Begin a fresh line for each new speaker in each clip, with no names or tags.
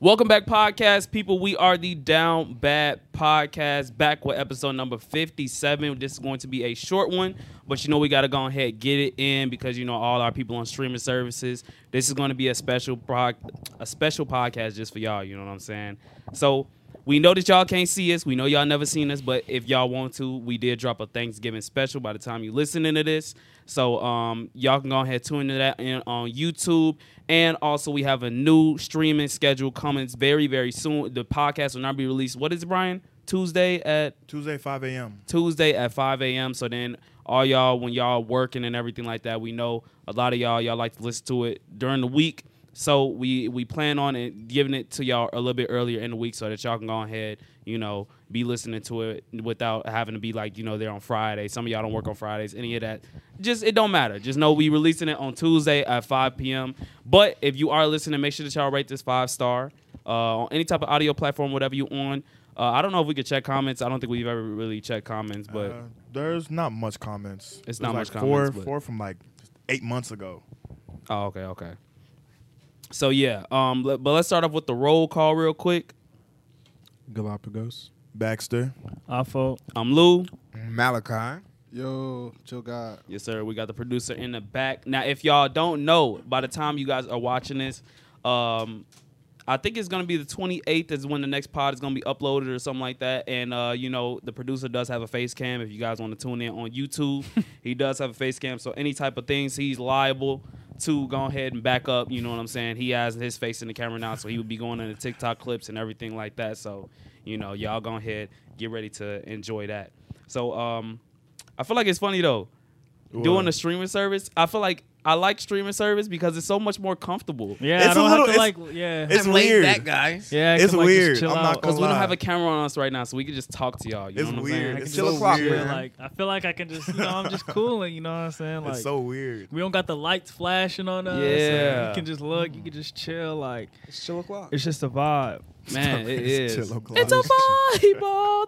Welcome back, podcast people. We are the Down Bad Podcast, back with episode number 57. This is going to be a short one, but you know, we got to go ahead get it in because you know, all our people on streaming services. This is going to be a special pro- a special podcast just for y'all, you know what I'm saying? So, we know that y'all can't see us. We know y'all never seen us, but if y'all want to, we did drop a Thanksgiving special by the time you listening to this. So um, y'all can go ahead tune into that in, on YouTube. And also we have a new streaming schedule coming very, very soon. The podcast will not be released. What is it, Brian? Tuesday at
Tuesday, 5 a.m.
Tuesday at 5 a.m. So then all y'all, when y'all working and everything like that, we know a lot of y'all, y'all like to listen to it during the week. So we we plan on it, giving it to y'all a little bit earlier in the week so that y'all can go ahead, you know, be listening to it without having to be like, you know, there on Friday. Some of y'all don't work on Fridays, any of that. Just it don't matter. Just know we releasing it on Tuesday at 5 p.m. But if you are listening, make sure that y'all rate this five star uh, on any type of audio platform, whatever you on. Uh, I don't know if we could check comments. I don't think we've ever really checked comments, but
Uh, there's not much comments.
It's
There's
not much
like four,
comments, but-
Four from like eight months ago.
Oh, okay, okay. So yeah, um, le- but let's start off with the roll call real quick.
Galapagos.
Baxter,
Our fault.
I'm Um, Lou.
Malachi.
Yo, chill God.
Yes, sir. We got the producer in the back. Now, if y'all don't know, by the time you guys are watching this, um, I think it's gonna be the 28th is when the next pod is gonna be uploaded or something like that. And uh, you know, the producer does have a face cam. If you guys want to tune in on YouTube, he does have a face cam. So any type of things he's liable to go ahead and back up. You know what I'm saying? He has his face in the camera now, so he would be going into TikTok clips and everything like that. So you know, y'all go ahead, get ready to enjoy that. So um, I feel like it's funny though doing
Well-
a streaming service. I feel like I like streaming service because it's so much more comfortable.
Yeah,
It's
I
a
don't
little-
have to
it's-
like. Yeah,
it's
I'm
weird.
laid back, guys.
yeah. I
it's
can, like, just
weird.
chill
I'm not
out.
gonna
Because we don't
lie.
have a camera on us right now, so we can just talk to y'all. You
It's
know what
weird.
I'm saying?
It's
Chill
so
o'clock,
weird.
man.
Like I feel like I can just, you know, I'm just cooling. You know what I'm saying? Like
it's so weird.
we don't got the lights flashing on us. and
Yeah.
you can just look. You can just chill. Like
It's chill o'clock.
it's just a vibe.
Man, it is.
Chill
It's
o'clock.
a vibe all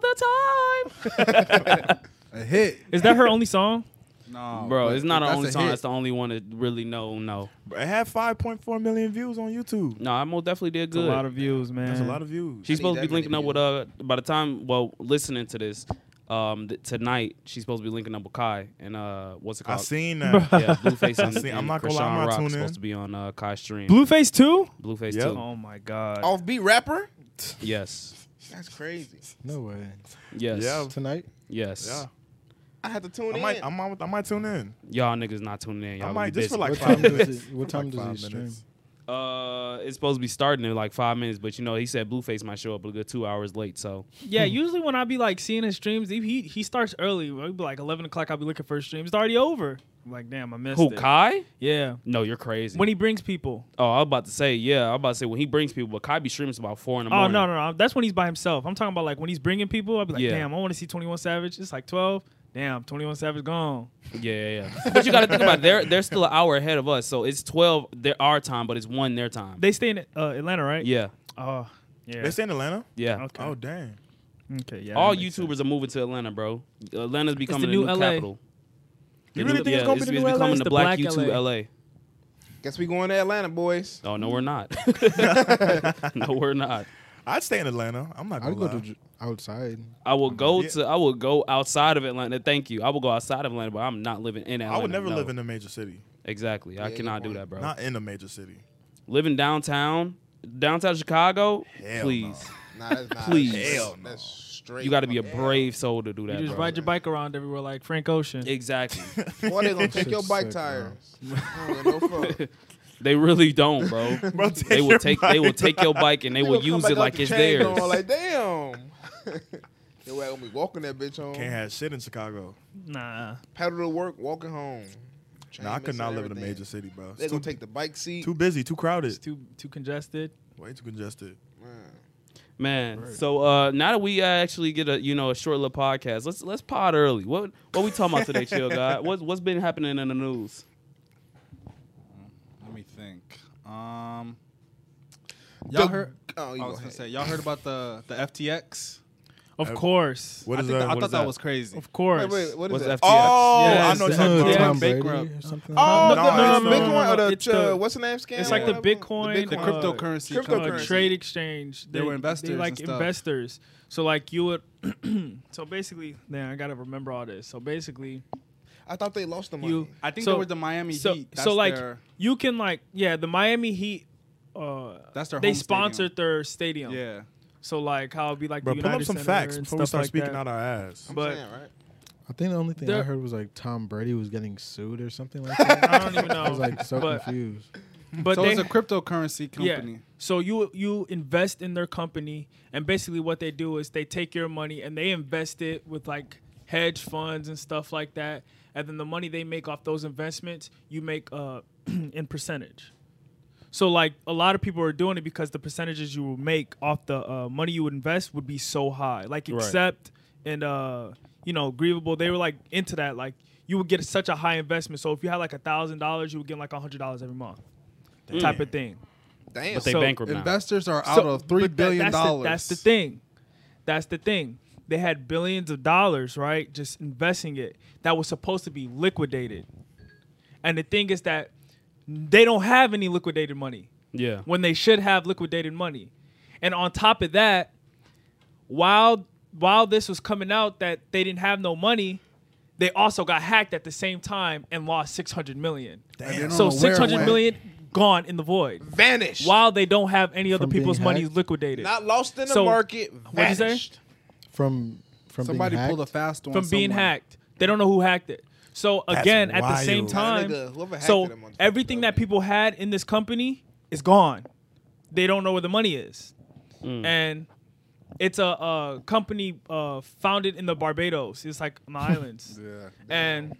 the time.
A hit.
Is that her only song?
No.
Oh,
Bro, it's not
the
our only song. That's the only one that really know. No,
It had 5.4 million views on YouTube.
no, I most definitely did
It's
good.
a lot of views, man.
That's a lot of views.
She's
I need
supposed to be
that many
linking up with uh by the time well listening to this um th- tonight she's supposed to be linking up with Kai and uh what's it
I
called
seen that.
yeah Blueface
I
and,
seen- I'm
and
not gonna
Krishan
lie, I'm not
Rock
tuning
supposed
in.
to be on uh Kai's stream
Blueface too.
Blueface
Yep.
too
Oh my god.
Offbeat rapper?
yes
That's crazy.
No way.
yes
Yeah.
Tonight?
yes
yeah.
I had to tune
I
in.
might, I might, I might tune in.
y'all niggas not tuning in y'all
I
gonna
might
be
just for
busy.
like
What
five
time does
minutes.
it- what time
Like
does it
five minutes.
uh it's supposed to be starting in like five minutes but you know he said Blueface might show up a good two hours late so
Yeah,
Hmm.
usually when I be like seeing his streams, he he, he starts early. It'll be like eleven o'clock. I'll be looking for his stream. It's already over. I'm like damn, I missed
who
it.
Kai
Yeah,
no you're crazy
when he brings people.
oh I was about to say yeah I was about to say when he brings people but Kai be streams about four in the
Oh
morning
no, no, no! That's when he's by himself. I'm talking about like when he's bringing people. I'll be like,
Yeah.
damn, I want to see 21 Savage. It's like 12. Damn, 21 Savage gone.
Yeah, yeah, yeah. But you got to think about it, they're they're still an hour ahead of us, so it's twelve their our time, but it's one their time.
They stay in uh, Atlanta, right?
Yeah,
Oh, yeah.
They stay in Atlanta.
yeah.
okay.
Oh dang.
okay. Yeah.
All
that makes
YouTubers
sense.
are moving to Atlanta, bro. Atlanta's becoming
the
the
new
new,
LA.
capital.
You
The
really
new-
think it's
yeah,
gonna be the new LA?
becoming
It's
the,
the
black,
black
YouTube
LA.
LA.
Guess we going to Atlanta, boys.
Oh no, we're not. no, we're not.
I'd stay in Atlanta. I'm not gonna
I'd go
lie.
to j- outside.
I will go
Yeah.
to. I will go outside of Atlanta. Thank you. I will go outside of Atlanta, but I'm not living in Atlanta.
I would never
no.
live in a major city.
Exactly. I
Yeah,
cannot
good
do
point.
that, bro.
Not in a major city.
Living downtown, downtown Chicago.
Hell
please,
Nah, that's not.
Please.
Hell no.
That's straight.
you got to be a
up.
brave soul to do that.
You just
bro.
ride your bike around everywhere like Frank Ocean.
Exactly.
Boy, they gonna take
Shit's
your bike
sick,
tires. I don't give no fuck.
They really don't, bro.
Bro, take
they will
your
take they will take your bike and they
They
will
gonna
use
come back
it
out
like
the
it's
chain
theirs.
Going like damn. they were gonna be walking that bitch home.
Can't have shit in Chicago.
Nah.
Pedal to work, walking home. Chain
No, I could
missing
not live in a
everything.
major city, bro.
They
It's
gonna
too,
take the bike seat.
too busy, too
It's
crowded,
too too congested.
way too congested.
Man.
Man, so uh, now that we uh, actually get a you know a short little podcast, let's let's pod early. What what we talking about today, chill guy? What's what's been happening in the news?
Let me think. Um,
The-
y'all heard?
Oh, you
I
go
was gonna
ahead.
say y'all heard about the the FTX.
Of
I-
course.
What
I,
is
think
that?
that, I
What
thought
is
that was crazy.
Of course.
Wait, wait, what is
What's FTX?
that? Oh,
Yeah,
I know.
it's
what you're
the-
talking about.
Tom
Tom
Brady
Brady
bankrupt.
or something.
Oh,
No,
no,
no,
it's
no, no,
Bitcoin
no,
or the,
it's
ch-
the-
what's the name scam?
it's like the Bitcoin,
The
uh,
cryptocurrency.
cryptocurrency.
company.
uh, trade exchange.
They were investors
They
and
like
stuff.
investors. So like you would. so basically, man, I gotta remember all this. So basically,
I thought they lost the money.
you
I think
So-
they were the Miami
so-
Heat.
so
That's
like-
their,
you can like yeah the Miami Heat. Uh,
that's their
they
home
sponsored
stadium.
their stadium.
Yeah,
So like how it'd be like
Bro,
the
pull up
United
some
Center
facts
and
before we
stuff
start
like
speaking
that.
out our ass.
I'm
but-
saying, right?
I think the only thing I
There-
heard was like Tom Brady was getting sued or something like that.
I don't even know.
I was like so
But-
confused.
But
so
they,
it's a cryptocurrency
Yeah.
company.
So you you invest in their company, and basically what they do is they take your money and they invest it with like hedge funds and stuff like that, and then the money they make off those investments you make uh, in percentage. So like a lot of people are doing it because the percentages you will make off the uh, money you would invest would be so high. Like
Right.
except and uh, you know grievable, they were like into that. Like you would get such a high investment. So if you had like a thousand dollars, you would get like a hundred dollars every month, type of thing.
Damn.
But they
So,
bankrupt now.
Investors are
So-
out of three
but that-
billion
that's the-
dollars.
That's the thing. That's the thing. They had billions of dollars, right? Just investing it that was supposed to be liquidated. And the thing is that they don't have any liquidated money
Yeah.
when they should have liquidated money. And on top of that, while while this was coming out that they didn't have no money, they also got hacked at the same time and lost 600 million.
Damn.
So
They don't know where it
600
went.
million gone in the void
vanished.
while they don't have any other
From being
people's money
hacked?
liquidated.
Not lost in the
So,
market.
what'd you say?
Vanished.
From from
Somebody
being
pulled a
hacked?
fast one
from being
somewhere.
hacked. They don't know who hacked it. So again, at the same
wild.
time,
That nigga, whoever hacked
so
it, that motherfucker
everything that
loved it.
people had in this company is gone. They don't know where the money is, and it's a, uh company uh, founded in the Barbados. It's like on the islands,
Yeah.
and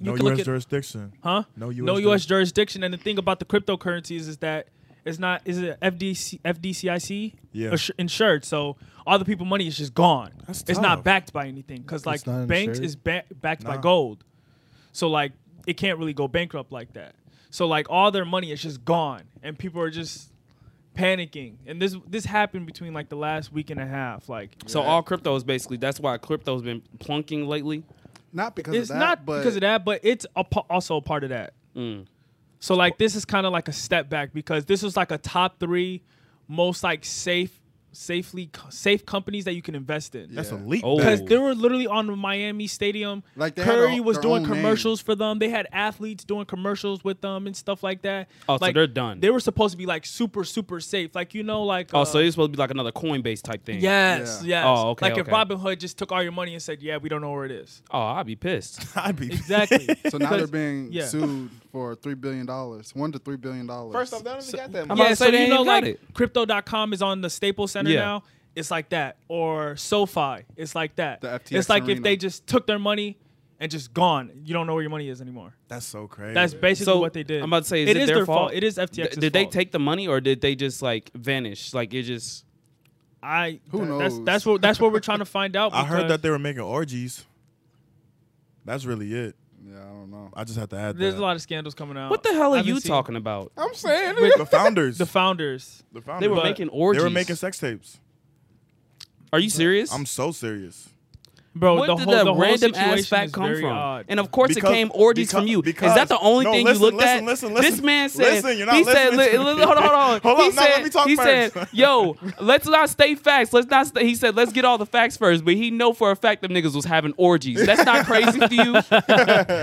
you
No
can look
U.S.
at
jurisdiction.
huh?
No US
no U.S. jurisdiction. And the thing about the cryptocurrencies is that it's not is it FDC FDCIC
Yeah.
Assu- insured. So all the people money is just gone.
That's
it's not
tough.
backed by anything because like
not
banks
insured?
is ba- backed by
Nah.
gold. So like it can't really go bankrupt like that. So like all their money is just gone, and people are just panicking. And this this happened between like the last week and a half. Like
So all crypto is basically that's why crypto's been plunking lately.
Not because
it's
of that,
not
but
because of that, but it's a, pa- also a part of that.
Mm.
So like this is kind of like a step back because this was like a top three most like safe, safely safe companies that you can invest in.
That's a leap.
Oh.
back.
Because they were literally on the Miami Stadium.
Like, they had
Curry
all-
was
their
doing
own name.
commercials for them. They had athletes doing commercials with them and stuff like that.
Oh, so
like,
they're done.
They were supposed to be like super, super safe. Like you know, like
Oh,
uh,
so it's supposed to be like another Coinbase type thing.
yes,
Yeah.
yes.
Oh, okay,
Like if
okay.
Robin Hood just took all your money and said, "Yeah, we don't know where it is."
Oh, I'd be pissed.
I'd be
Exactly.
So now they're
Because-
being
yeah.
sued for three billion dollars, one to three billion dollars.
First off, they don't even got that
I'm
money.
about
yeah,
to say
so
they
you
ain't
know,
even got
like
it.
crypto.com is on the Staples Center
Yeah.
now. It's like that. Or SoFi. It's like that.
The FTX
it's like if
Arena.
they just took their money and just gone. You don't know where your money is anymore.
That's so crazy.
That's basically
So
what they did.
I'm about to say, is
It
it
is
their
their fault.
fault?
It is
Th-
FTX's
did they
fault.
take the money or did they just like vanish? Like it just
I
Who
th- That's,
knows?
that's what that's what we're trying to find out.
I heard
because
that they were making orgies. That's really it.
Yeah, I don't know.
I just have to add
there's
that.
a lot of scandals coming out.
what the hell are
I haven't
you
seen-
talking about?
I'm saying
Wait,
the founders.
The founders.
the founders.
They were
But-
making orgies.
They were making sex tapes.
Are you serious?
I'm so serious.
Bro,
Where
the
did
whole
that
the whole
random
situation
ass fact
is
come
very
from?
odd.
And of course,
Because-
it came orgies
because-
from you. is
because-
that the only
no,
thing
listen,
you looked
listen,
at?
listen, listen.
This man said,
Listen, you're not
he said,
listening to
li-
me.
hold on, hold on.
Hold
he
on, no,
said,
let me talk
he
first.
said, yo, let's not state facts. Let's not. St-. He said, let's get all the facts first. But he know for a fact them niggas was having orgies. That's not crazy to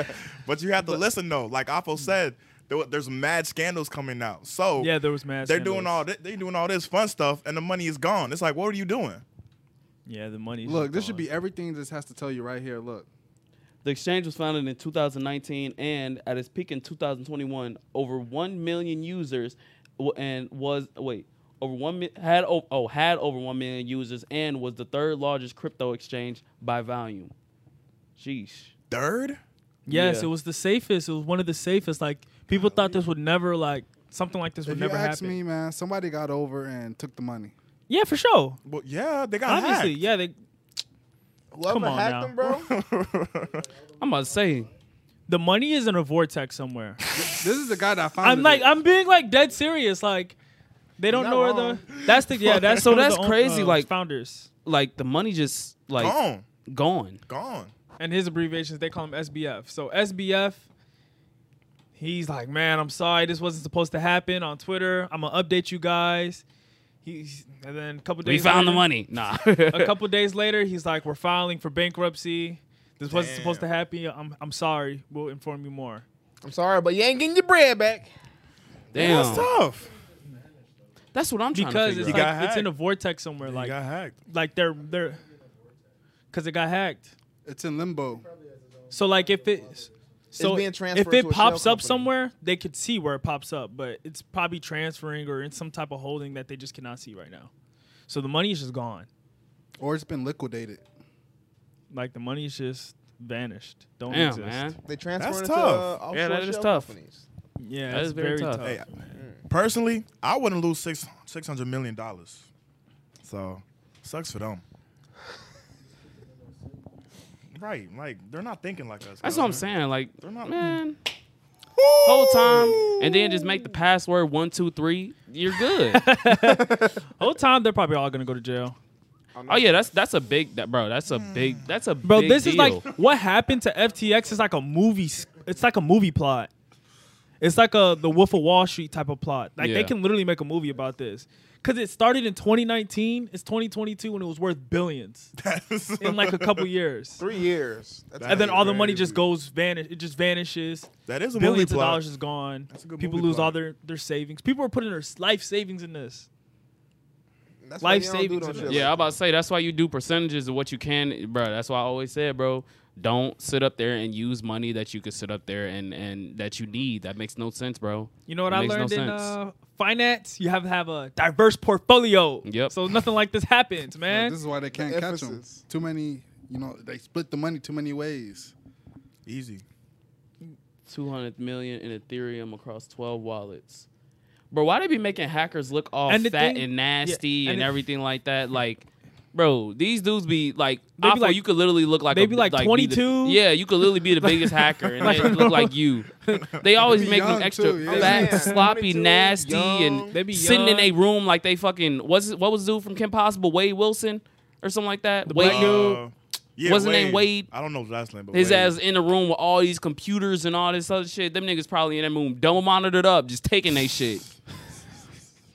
you.
But you have to listen though. Like Apo said, there, wa- there's mad scandals coming out. So
yeah, there was mass.
they're doing all
scandals.
thi- they doing all this fun stuff, and the money is gone. It's like, what are you doing?
Yeah, the money.
Look, this should be everything. This has to tell you right here. Look,
The exchange was founded in 2019 and at its peak in 2021, over 1 million users w- and was wait, over 1 mi- had o- oh had over 1 million users and was the third largest crypto exchange by volume. Sheesh.
Third?
Yes,
Yeah.
it was the safest. It was one of the safest. Like people thought this would never like something like this would
if you
never
ask
happen.
me, man, somebody got over and took the money.
yeah, for sure.
Well, yeah, they got
Obviously, yeah. They,
Whoever
Come on
hacked
now.
them, bro.
I'm about to say
the money is in a vortex somewhere.
This is the guy that found.
I'm like, I'm being like dead serious. Like they don't
You're
know
not
where the. That's the yeah. That's
So
one of
that's
the, own-
crazy,
uh,
like-
founders.
like the money just like
gone,
gone.
gone.
and his abbreviations they call him SBF. So SBF, he's like, man, I'm sorry, this wasn't supposed to happen on Twitter. I'm gonna update you guys. He's and then a couple
We
days
found the
later-
money. Nah.
A couple days later, he's like, we're filing for bankruptcy. This wasn't supposed to
Damn.
happen. I'm I'm sorry. We'll inform you more.
I'm sorry, but you ain't getting your bread back.
Damn.
That's tough.
That's what I'm trying
Because
to
it's
figure
like
out.
got
it's
hacked.
in a vortex somewhere.
He got
Like
hacked.
like they're they're because it got hacked.
It's in limbo.
So like if it so
being
if
transferred
it
to a shell
pops up
company.
somewhere, they could see where it pops up, but it's probably transferring or in some type of holding that they just cannot see right now. So the money is just gone.
Or it's been liquidated.
Like the money is just vanished. Don't
Damn,
exist.
man.
They transferring
That's
it to uh,
tough.
offshore
Yeah, that is
shell
tough.
companies.
Yeah,
That
it's
is very tough.
Hey, personally, I wouldn't lose six six hundred million dollars. So, sucks for them. Right, like they're not thinking like us.
That's
guys,
what I'm
man.
saying. Like,
They're not-
man, whole time, and then just make the password one two three. You're good.
Whole time they're probably all gonna go to jail.
oh yeah, that's that's a big that bro. That's a big. That's a
Bro,
Big
this is like
deal.
what happened to FTX is like a movie. s- It's like a movie plot. It's like a the Wolf of Wall Street type of plot. Like they
Yeah.
can literally make a movie about this because it started in 2019. It's 2022 and it was worth billions
That's-
in like a couple years.
Three years. That's
And then all the money just
crazy.
goes vanish. It just vanishes.
that is a movie
Billions of
plot.
dollars is gone.
That's a good
People
movie
lose
plot.
all their their savings. People are putting their s- life savings in this.
That's
Life
why you don't do
savings
no
and
shit
all.
like
Yeah, I'm
that.
about to say that's why you do percentages of what you can, bro. That's why I always said, bro, don't sit up there and use money that you could sit up there and and that you need. That makes no sense, bro.
You know what
It
I
makes no
learned in
sense.
uh, finance? You have to have a diverse portfolio.
Yep.
So nothing like this happens,
Like,
man.
this is why they can't catch them.
emphasis.
Too many, you know, they split the money too many ways.
Easy.
Two hundred million in Ethereum across twelve wallets. Bro, why they be making hackers look all
And the
fat
thing-
and nasty
yeah,
and,
and it-
everything like that? Like, bro, these dudes be like,
They be
Afo,
like-
you could literally look like
they
a-
be like
the-
22.
yeah, you could literally be the biggest hacker and they look like you. They always
They be
make
young,
them extra
too, yeah.
fat,
Yeah.
sloppy,
22,
nasty,
young.
and
They be
sitting in
young.
a room like they fucking what's what was the dude from Kim Possible, Wade Wilson or something like that. Wade
black
dude.
Uh, yeah,
What's his name, Wade?
I don't know his last name, but
His
Wade.
ass in the room with all these computers and all this other shit. Them niggas probably in that room, double monitored up, just taking they shit.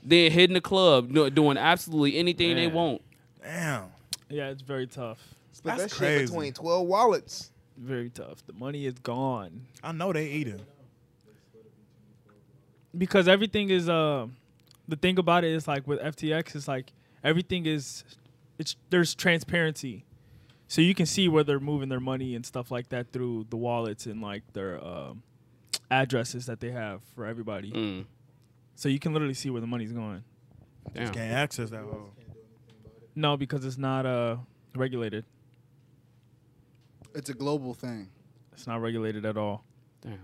then hitting the club, do- doing absolutely anything they
Man.
want.
Damn.
Yeah, it's very tough.
Split
That's
that
crazy.
shit between 12 wallets.
Very tough. The money is gone
I know they eating.
because everything is. Uh, the thing about it is like with FTX, it's like everything is. It's there's transparency, so you can see where they're moving their money and stuff like that through the wallets and like their um, addresses that they have for everybody.
Mm,
So you can literally see where the money's going.
damn.
Can't access that. Whole.
No, because it's not uh regulated.
It's a global thing.
It's not regulated at all.
Damn.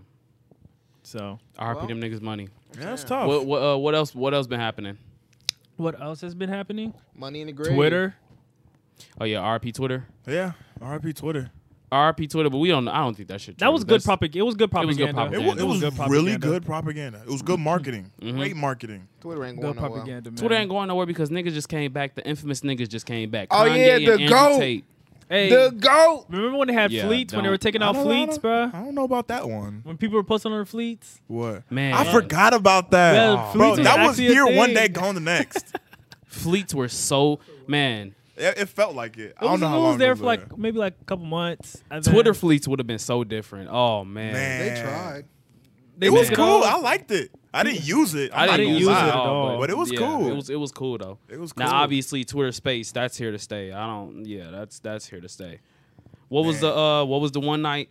So
RP them niggas money.
Yeah, that's tough.
What what, uh, what else? What else been happening?
what else has been happening?
Money in the grave.
Twitter.
Oh yeah, RP Twitter,
yeah, RIP Twitter.
RP Twitter. But we don't. I don't think that shit.
That was good
That's-
propaganda. It was good
It was
propaganda.
good
It
propaganda.
was, it was really
propaganda.
good propaganda. It was good marketing.
Mm-hmm.
Great marketing.
Twitter ain't
Good
going nowhere.
propaganda, man.
Twitter ain't going nowhere because niggas just came back. The infamous niggas just came back.
Oh,
Kanye
yeah,
and
the
Andrew
GOAT.
Tate.
Hey,
The GOAT.
remember when they had
Yeah,
fleets? When they
don't.
were taking
I
out
don't know-
fleets,
I don't-
bruh?
I don't know about that one.
When people were posting on their fleets?
What?
Man.
I forgot about that.
Yeah,
Bro,
Fleets was
that was
actually a
here one
thing.
day, gone the next.
Fleets were so man.
it, it felt like it. I
It
don't
was,
know
it
how
was
long
there
it
for like maybe like a couple months. and then
Twitter fleets would have been so different. Oh man.
Man.
They tried.
they
it was
took
cool.
all.
I liked it. I didn't use it.
I
I'm not
didn't
gonna
use it
lie.
at all,
but it was cool.
It was it was cool though.
It was cool.
Now obviously Twitter Space that's here to stay. I don't yeah that's that's here to stay. What was the uh what was the one night,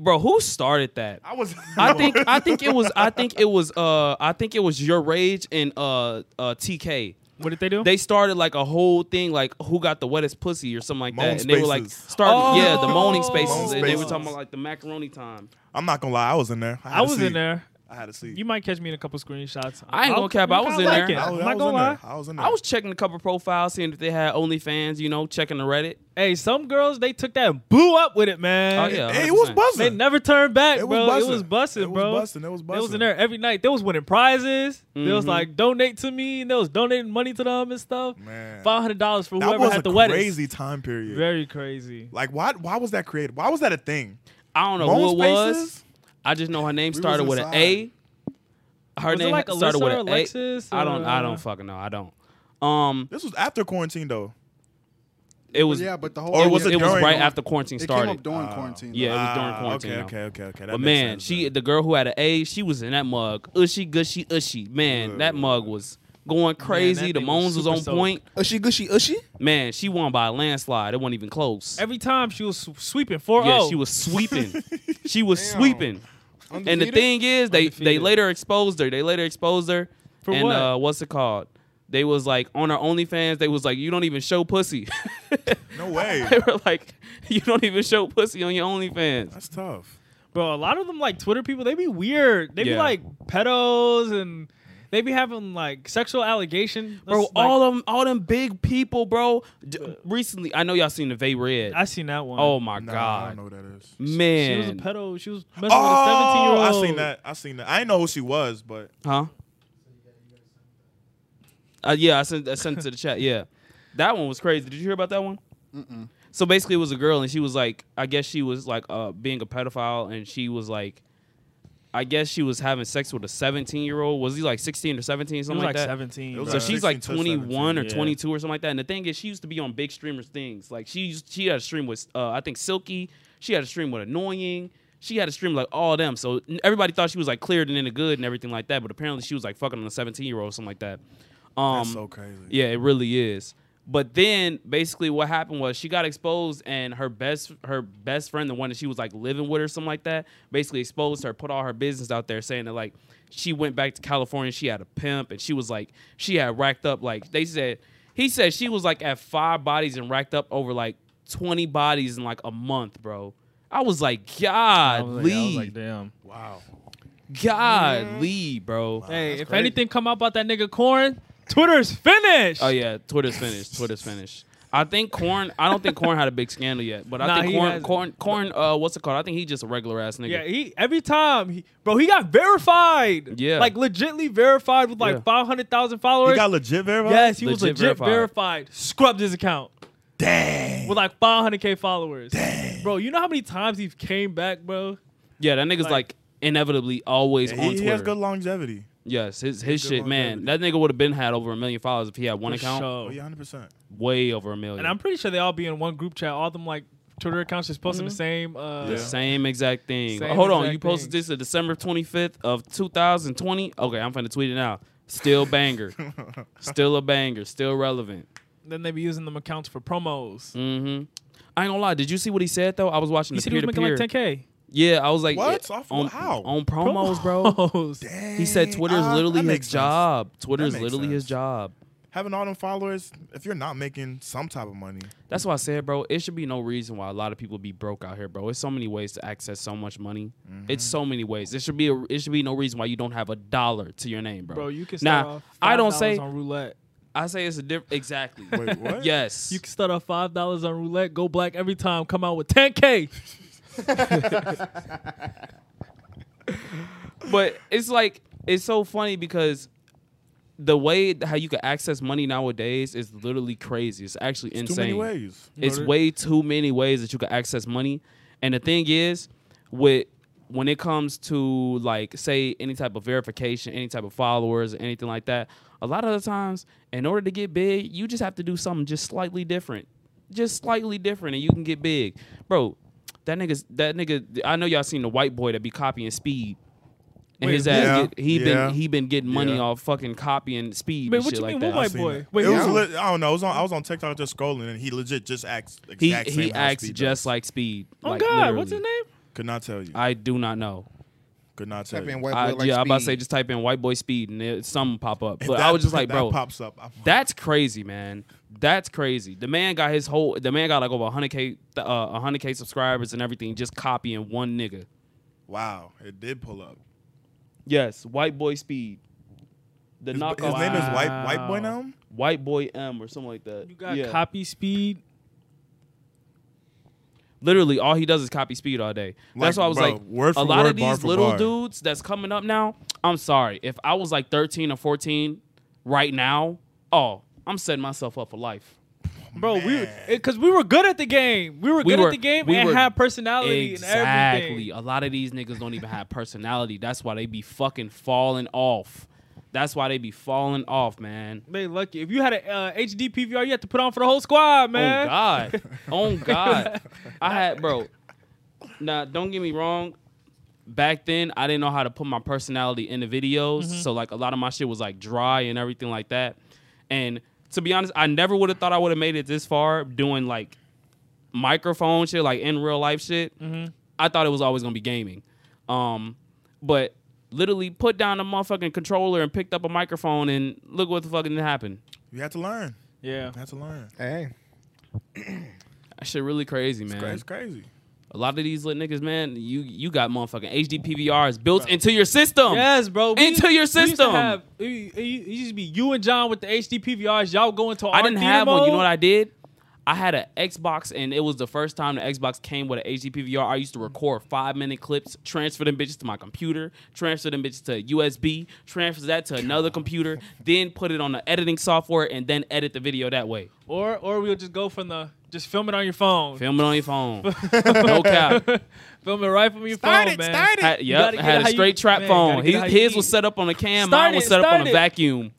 bro? Who started that?
I was.
I think I think it was I think it was uh I think it was your rage and uh uh TK.
What did they do?
They started like a whole thing like who got the wettest pussy or something like
Moan
that, and they were like
spaces.
started yeah the moaning
Oh.
spaces
Moan
and they were
spaces.
talking about like the macaroni time.
I'm not gonna lie. I was in there. had
I
to
was
see.
in there.
I had to see.
You might catch me in a couple screenshots.
I ain't gonna cap, I was in there.
I,
I, am
was- I
not
was
gonna
in
lie.
there. I was in there.
I was checking a couple profiles, seeing if they had OnlyFans. You know, checking the Reddit.
Hey, some girls they took that and blew up with it, man.
Oh yeah,
Hey, it was
100%.
They
buzzing.
never turned back,
It was
bro.
bussin'.
It was busting,
It was
bro.
bussin', it was
They was
bussin'.
in there every night. They was winning prizes. They was
Mhm.
like donate to me, and they was donating money to them and stuff.
Man.
Five hundred dollars for
That
whoever
was
had the
a
wedding.
crazy time period.
Very crazy.
Like why? Why was that created? Why was that a thing?
I don't know
Moan
who it was.
spaces?
I just know her name
was
started with an A. Her
Was it
name
like
started
Alyssa
with
or
an
Alexis
A. I don't. I
or-
don't fucking know. I don't. Um,
This was after quarantine though.
it was.
yeah, but the whole
Or
it was.
was it
It was
during-
right after quarantine
it
started.
came up during quarantine.
yeah, it
though.
was during
Ah,
quarantine.
Okay,
though.
okay, okay, okay. That
But
makes
man,
sense,
she
then.
the girl who had an A, she was in that mug. Ushy gushy ushy. Man, that mug was going crazy.
that
the
thing was
moans was,
super
on
soaked.
point.
Ushy gushy ushy.
Man, she won by a landslide. It wasn't even close.
Every time she was sw- sweeping oh. 4
yeah, she was sweeping. she was
Damn.
sweeping. And the thing is, they they
Undefeated.
later exposed her. They later exposed her.
For
and
what?
uh what's it called? They was like on her OnlyFans. They was like, you don't even show pussy.
no way.
they were like, you don't even show pussy on your OnlyFans.
That's tough.
Bro, a lot of them like Twitter people, they be weird. They be
Yeah.
like pedos and they be having like sexual allegation.
Bro,
That's, like-
all them, all them big people, bro. D- recently, I know y'all seen the Vay Red.
I seen that one.
oh my
Nah, I don't
god,
know what that is.
she was a
man.
pedo. She was messing
Oh,
with a
I
seventeen year old.
seen that. I seen that. I didn't know who she was, but
huh? Uh, yeah, I sent I sent it to the chat. Yeah, that one was crazy. Did you hear about that one?
Mm-mm.
So basically, it was a girl, and she was like, I guess she was like uh, being a pedophile, and she was like, I guess she was having sex with a 17 year old. Was he like 16 or 17,
She
something
was
like
like
that?
seventeen.
It was
bro.
So she's like
16 to 17,
21 or
yeah.
22 or something like that. And the thing is, she used to be on big streamers things. Like she used, she had a stream with uh, I think Silky. She had a stream with Annoying. She had a stream like all them. So n- everybody thought she was like cleared and in the good and everything like that. But apparently she was like fucking on a 17 year old or something like that. Um,
that's so crazy.
yeah, it really is. But then basically what happened was she got exposed and her best her best friend, the one that she was like living with or something like that, basically exposed her, put all her business out there saying that like she went back to California, she had a pimp and she was like she had racked up like they said he said she was like at five bodies and racked up over like twenty bodies in like a month, bro. I was like, God,
I was like, I was
Lee,
like, damn.
Wow.
God, Lee, bro.
Hey, if
crazy.
anything come out about that nigga Corn, Twitter's finished.
Oh yeah, Twitter's finished. Twitter's finished. I think Corn. I don't think Corn had a big scandal yet, but I
Nah,
think
he
Corn.
hasn't.
Corn. Corn. Uh, what's it called? I think he's just a regular ass nigga.
Yeah, he every time, he, bro, he got verified.
Yeah.
like legitly verified with like
Yeah.
five hundred thousand followers.
He got legit verified.
yes, he was
Legit
legit
verified.
verified. Scrubbed his account
Dang.
with like five hundred k followers. Bro, you know how many times he came back, bro?
yeah, that nigga's like,
Like-
inevitably always
Yeah,
on
he, he
Twitter.
has good longevity.
yes, his his
good
shit, man. That nigga would have been had over a million followers if he had one
For
account.
sure.
Oh, yeah, hundred percent.
Way over a million.
And I'm pretty sure they all be in one group chat. All them like Twitter accounts just
Mm-hmm.
posting the same. Uh,
the same exact thing.
Same
Hold on,
exact
you posted
thing.
this at December 25th of 2020. Okay, I'm finna tweet it now. Still banger. still a banger. Still relevant.
Then they be using them accounts for promos.
Mm-hmm. I ain't gonna lie. Did you see what he said though? I was watching
You
the
said he
peer
was
to
making
peer.
like ten k.
Yeah, I was like,
What?
yeah,
Off
on
how?
on promos, bro. He said Twitter is
Ah,
literally
that
his
makes sense.
job. Twitter
That
is
makes
literally his
sense.
job.
Having all them followers, if you're not making some type of money,
That's why I said, bro, it should be no reason why a lot of people be broke out here, bro. It's so many ways to access so much money. It's
Mm-hmm.
so many ways. It should be a, it should be no reason why you don't have a dollar to your name, bro.
Bro, you can start
now
off
I don't
$5
say
on roulette.
I say it's a different exactly.
wait, what?
yes,
You can start off five dollars on roulette, go black every time, come out with ten k.
but it's like it's so funny because the way how you can access money nowadays is literally crazy. It's actually
It's
insane.
too many ways.
It's
Murder.
way too many ways that you can access money. And the thing is, with when it comes to like say any type of verification, any type of followers, or anything like that, a lot of the times, in order to get big, you just have to do something just slightly different, just slightly different, and you can get big, bro. That nigga's that nigga. I know y'all seen the white boy that be copying speed. And
Wait,
his ass,
Yeah,
get, he
yeah,
been he been getting money
yeah.
off fucking copying speed.
Man,
and
what
shit
you
like
mean?
that.
What white
I seen
boy?
that.
Wait,
it was
who?
lit- I don't know. It was on, I was on TikTok just scrolling, and he legit just acts
He
exact same
he
how
acts
Speed
just
does.
like speed.
Oh
like,
God, what's his
literally.
name?
Could not tell you.
I do not know.
Could not tell
Type in
you.
white
I,
boy like
Uh, yeah, I'm about to
speed.
say just type in white boy speed and it, some pop up.
If
But
that-
I was just
if
like,
that
bro,
pops up. I'm,
that's crazy, man. That's crazy. The man got his whole. The man got like over 100k, uh, 100k subscribers and everything just copying one nigga.
wow, it did pull up.
Yes, White Boy Speed. The
His, his
knockoff.
name is White White Boy
Wow.
now.
White Boy M or something like that.
You got
yeah.
copy speed.
Literally, all he does is copy speed all day. that's
Like,
why I was
bro,
like,
word
a
for
lot
word,
of
bar
these
for
little
bar.
dudes that's coming up now. I'm sorry, if I was like 13 or 14 right now, oh, I'm setting myself up for life.
Bro,
Man.
we because we were good at the game. We were
We
good
were-
at the game
we
and
were-
had personality and
Exactly.
everything.
A lot of these niggas don't even have personality. That's why they be fucking falling off. That's why they be falling off, man.
They lucky. If you had a uh, HD PVR, you had to put on for the whole squad, man.
Oh God. Oh God. I had bro. Now don't get me wrong. Back then I didn't know how to put my personality in the videos. So like a lot of my shit was like dry and everything like that. And to be honest, I never would have thought I would have made it this far doing like microphone shit, like in real life shit. I thought it was always gonna be gaming. Um, but literally put down a motherfucking controller and picked up a microphone and look what the fucking happened.
You had to learn.
Yeah.
You had to learn.
Hey,
That shit really crazy, man.
It's crazy. It's crazy.
A lot of these lit niggas, man, you you got motherfucking HD PVRs built into your system.
Yes, bro.
Into your
We used to
system.
have, it, it- it used to be you and John with the HD PVRs. Y'all going to
I
our
didn't
theater
have one. You know
mode.
what I did? I had an Xbox, and it was the first time the Xbox came with an HD PVR. I used to record five minute clips, transfer them bitches to my computer, transfer them bitches to USB, transfer that to another computer, then put it on the editing software, and then edit the video that way.
Or or we'll just go from the just film it on your phone.
Film it on your phone. no cap.
Film it right from your phone, man.
Had,
You gotta
yep,
get
had
it how
a
you-
straight trap
man,
phone.
gotta get it
His,
how you
his
eat.
was set up on a cam.
Start
mine was
it,
set up
start
on a
it.
vacuum.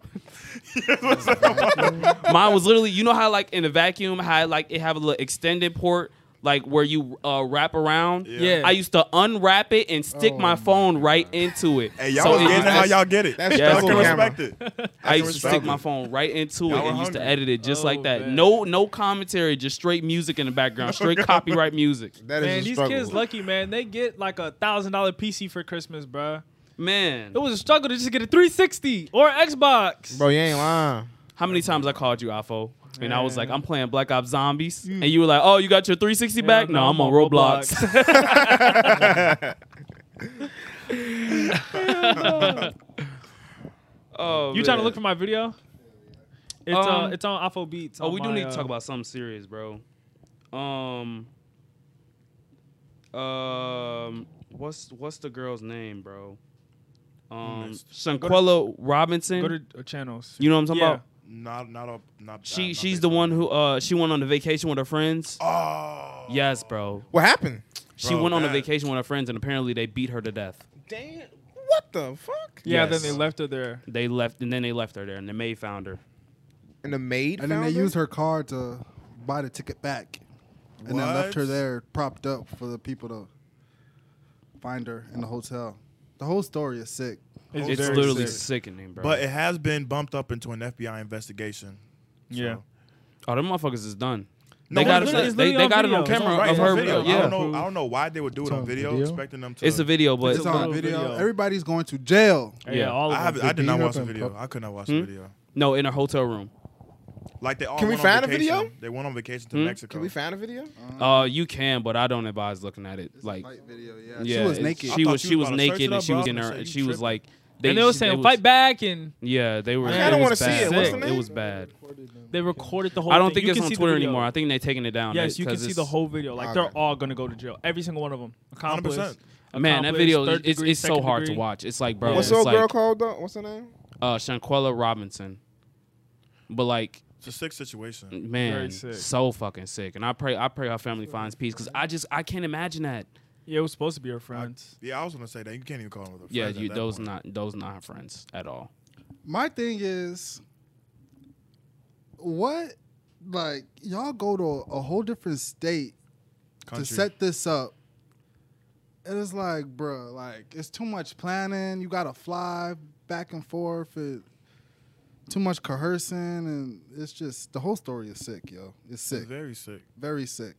mine was literally, you know how like in a vacuum, how like it have a little extended port, like where you uh, wrap around.
Yeah.
I used to unwrap it and stick my phone right into it.
Oh Hey, y'all
So
was
it-
getting it how
that's-
y'all get it.
that's
Yeah,
I can
struggle
respect it.
I used to
respect
stick my
it.
phone right into
Y'all
it
were
and used to
hungry.
edit it just
Oh,
like that.
man.
No, no commentary, just straight music in the background, straight copyright music.
that is
Man,
a
these
struggle.
kids lucky, man. They get like a thousand dollar PC for Christmas, bruh.
Man,
It was a struggle to just get a 360 or Xbox.
Bro, you ain't lying.
How many times I called you, Afo? And I was like, I'm playing Black Ops Zombies. And you were like, oh, you got your 360
Yeah,
back? No, I'm on Roblox. oh,
you trying to look for my video? It's uh,
Um,
it's on Afro Beats.
Oh,
on
we do
my,
need to
uh,
talk about something serious, bro. Um, um, what's what's the girl's name, bro? Um, Shanquella Robinson.
Go to uh, channels.
you know what I'm talking
Yeah.
about?
Not, not, a, not.
She
not
she's
big.
the one who uh she went on a vacation with her friends.
Oh.
Yes, bro.
What happened?
She
Bro,
went on a
that-
vacation with her friends, and apparently they beat her to death.
Damn. What the fuck?
Yeah,
Yes.
then they left her there.
They left, and then they left her there, and the maid found her.
And the maid.
And then they
found
used her car to buy the ticket back, and then left her
What?
there propped up for the people to find her in the hotel. The whole story is sick.
It's,
It's
very
literally
sick.
sickening, bro.
But it has been bumped up into an FBI investigation.
yeah.
So-
oh, them motherfuckers is done.
No,
they got
it's
it.
literally-
They, they,
it's literally on
got it
video.
on
It's on-
camera
right,
of
it's on
her.
video.
Yeah,
I don't know. I don't know why they would do it
It's
on
on
video,
video?
expecting them to.
it's a video, but
It's,
It's
on
on
video.
video.
Everybody's going to jail.
Yeah,
Yeah.
all
I,
of
have,
them.
I did
They
not
beat
watch
her
the
up in
video.
pub-
I could not watch
Hmm?
the video.
no in a hotel room.
Like they all.
Can we
went on
find a
vacation.
video?
They went on vacation to
Hmm?
Mexico.
Can we find a video?
Uh, you can, but I don't advise looking at it. Like,
Fight video, yeah.
yeah,
she was
it-
naked.
She
I thought
was
she
she was
was about to search
naked
it
and
up,
she
bro.
was
I
in
was
her.
gonna say,
She
you
was
tripping.
like,
and they were saying fight back, and
Yeah, they were.
I
it
kinda
was
wanna see
bad,
it. What's
bro.
the
It
name?
was bad.
they recorded the whole.
I don't
thing.
think
You
it's
can
on
see the
Twitter
video.
anymore. I think they're taking it down.
Yes, you can
'cause
see the
it's-
whole video. Like
Okay.
they're all gonna go to jail. Every single one of them. Accomplice.
100%.
Man, that
accomplice,
video
third
it's,
degree,
it's so
second
hard to
degree.
watch. It's like, bro,
Yeah.
What's
it's
the old
like
girl called though? What's her name?
uh, Shanquella Robinson, but like
It's a sick
Hmm.
situation.
man,
sick.
so fucking sick. And I pray, I pray her family finds peace because I just I can't imagine that.
Yeah, it was supposed to be her friends.
Yeah, I was gonna say that you can't even call them.
Yeah,
friends at
you,
that
those
point.
not those not her friends at all.
My thing is, what, like, y'all go to a whole different state
Country.
to set this up. It is like, bruh, like it's too much planning. You gotta fly back and forth. It, too much coercing, and it's just the whole story is sick, yo. It's
It's
sick, Oh.
very sick.
very sick.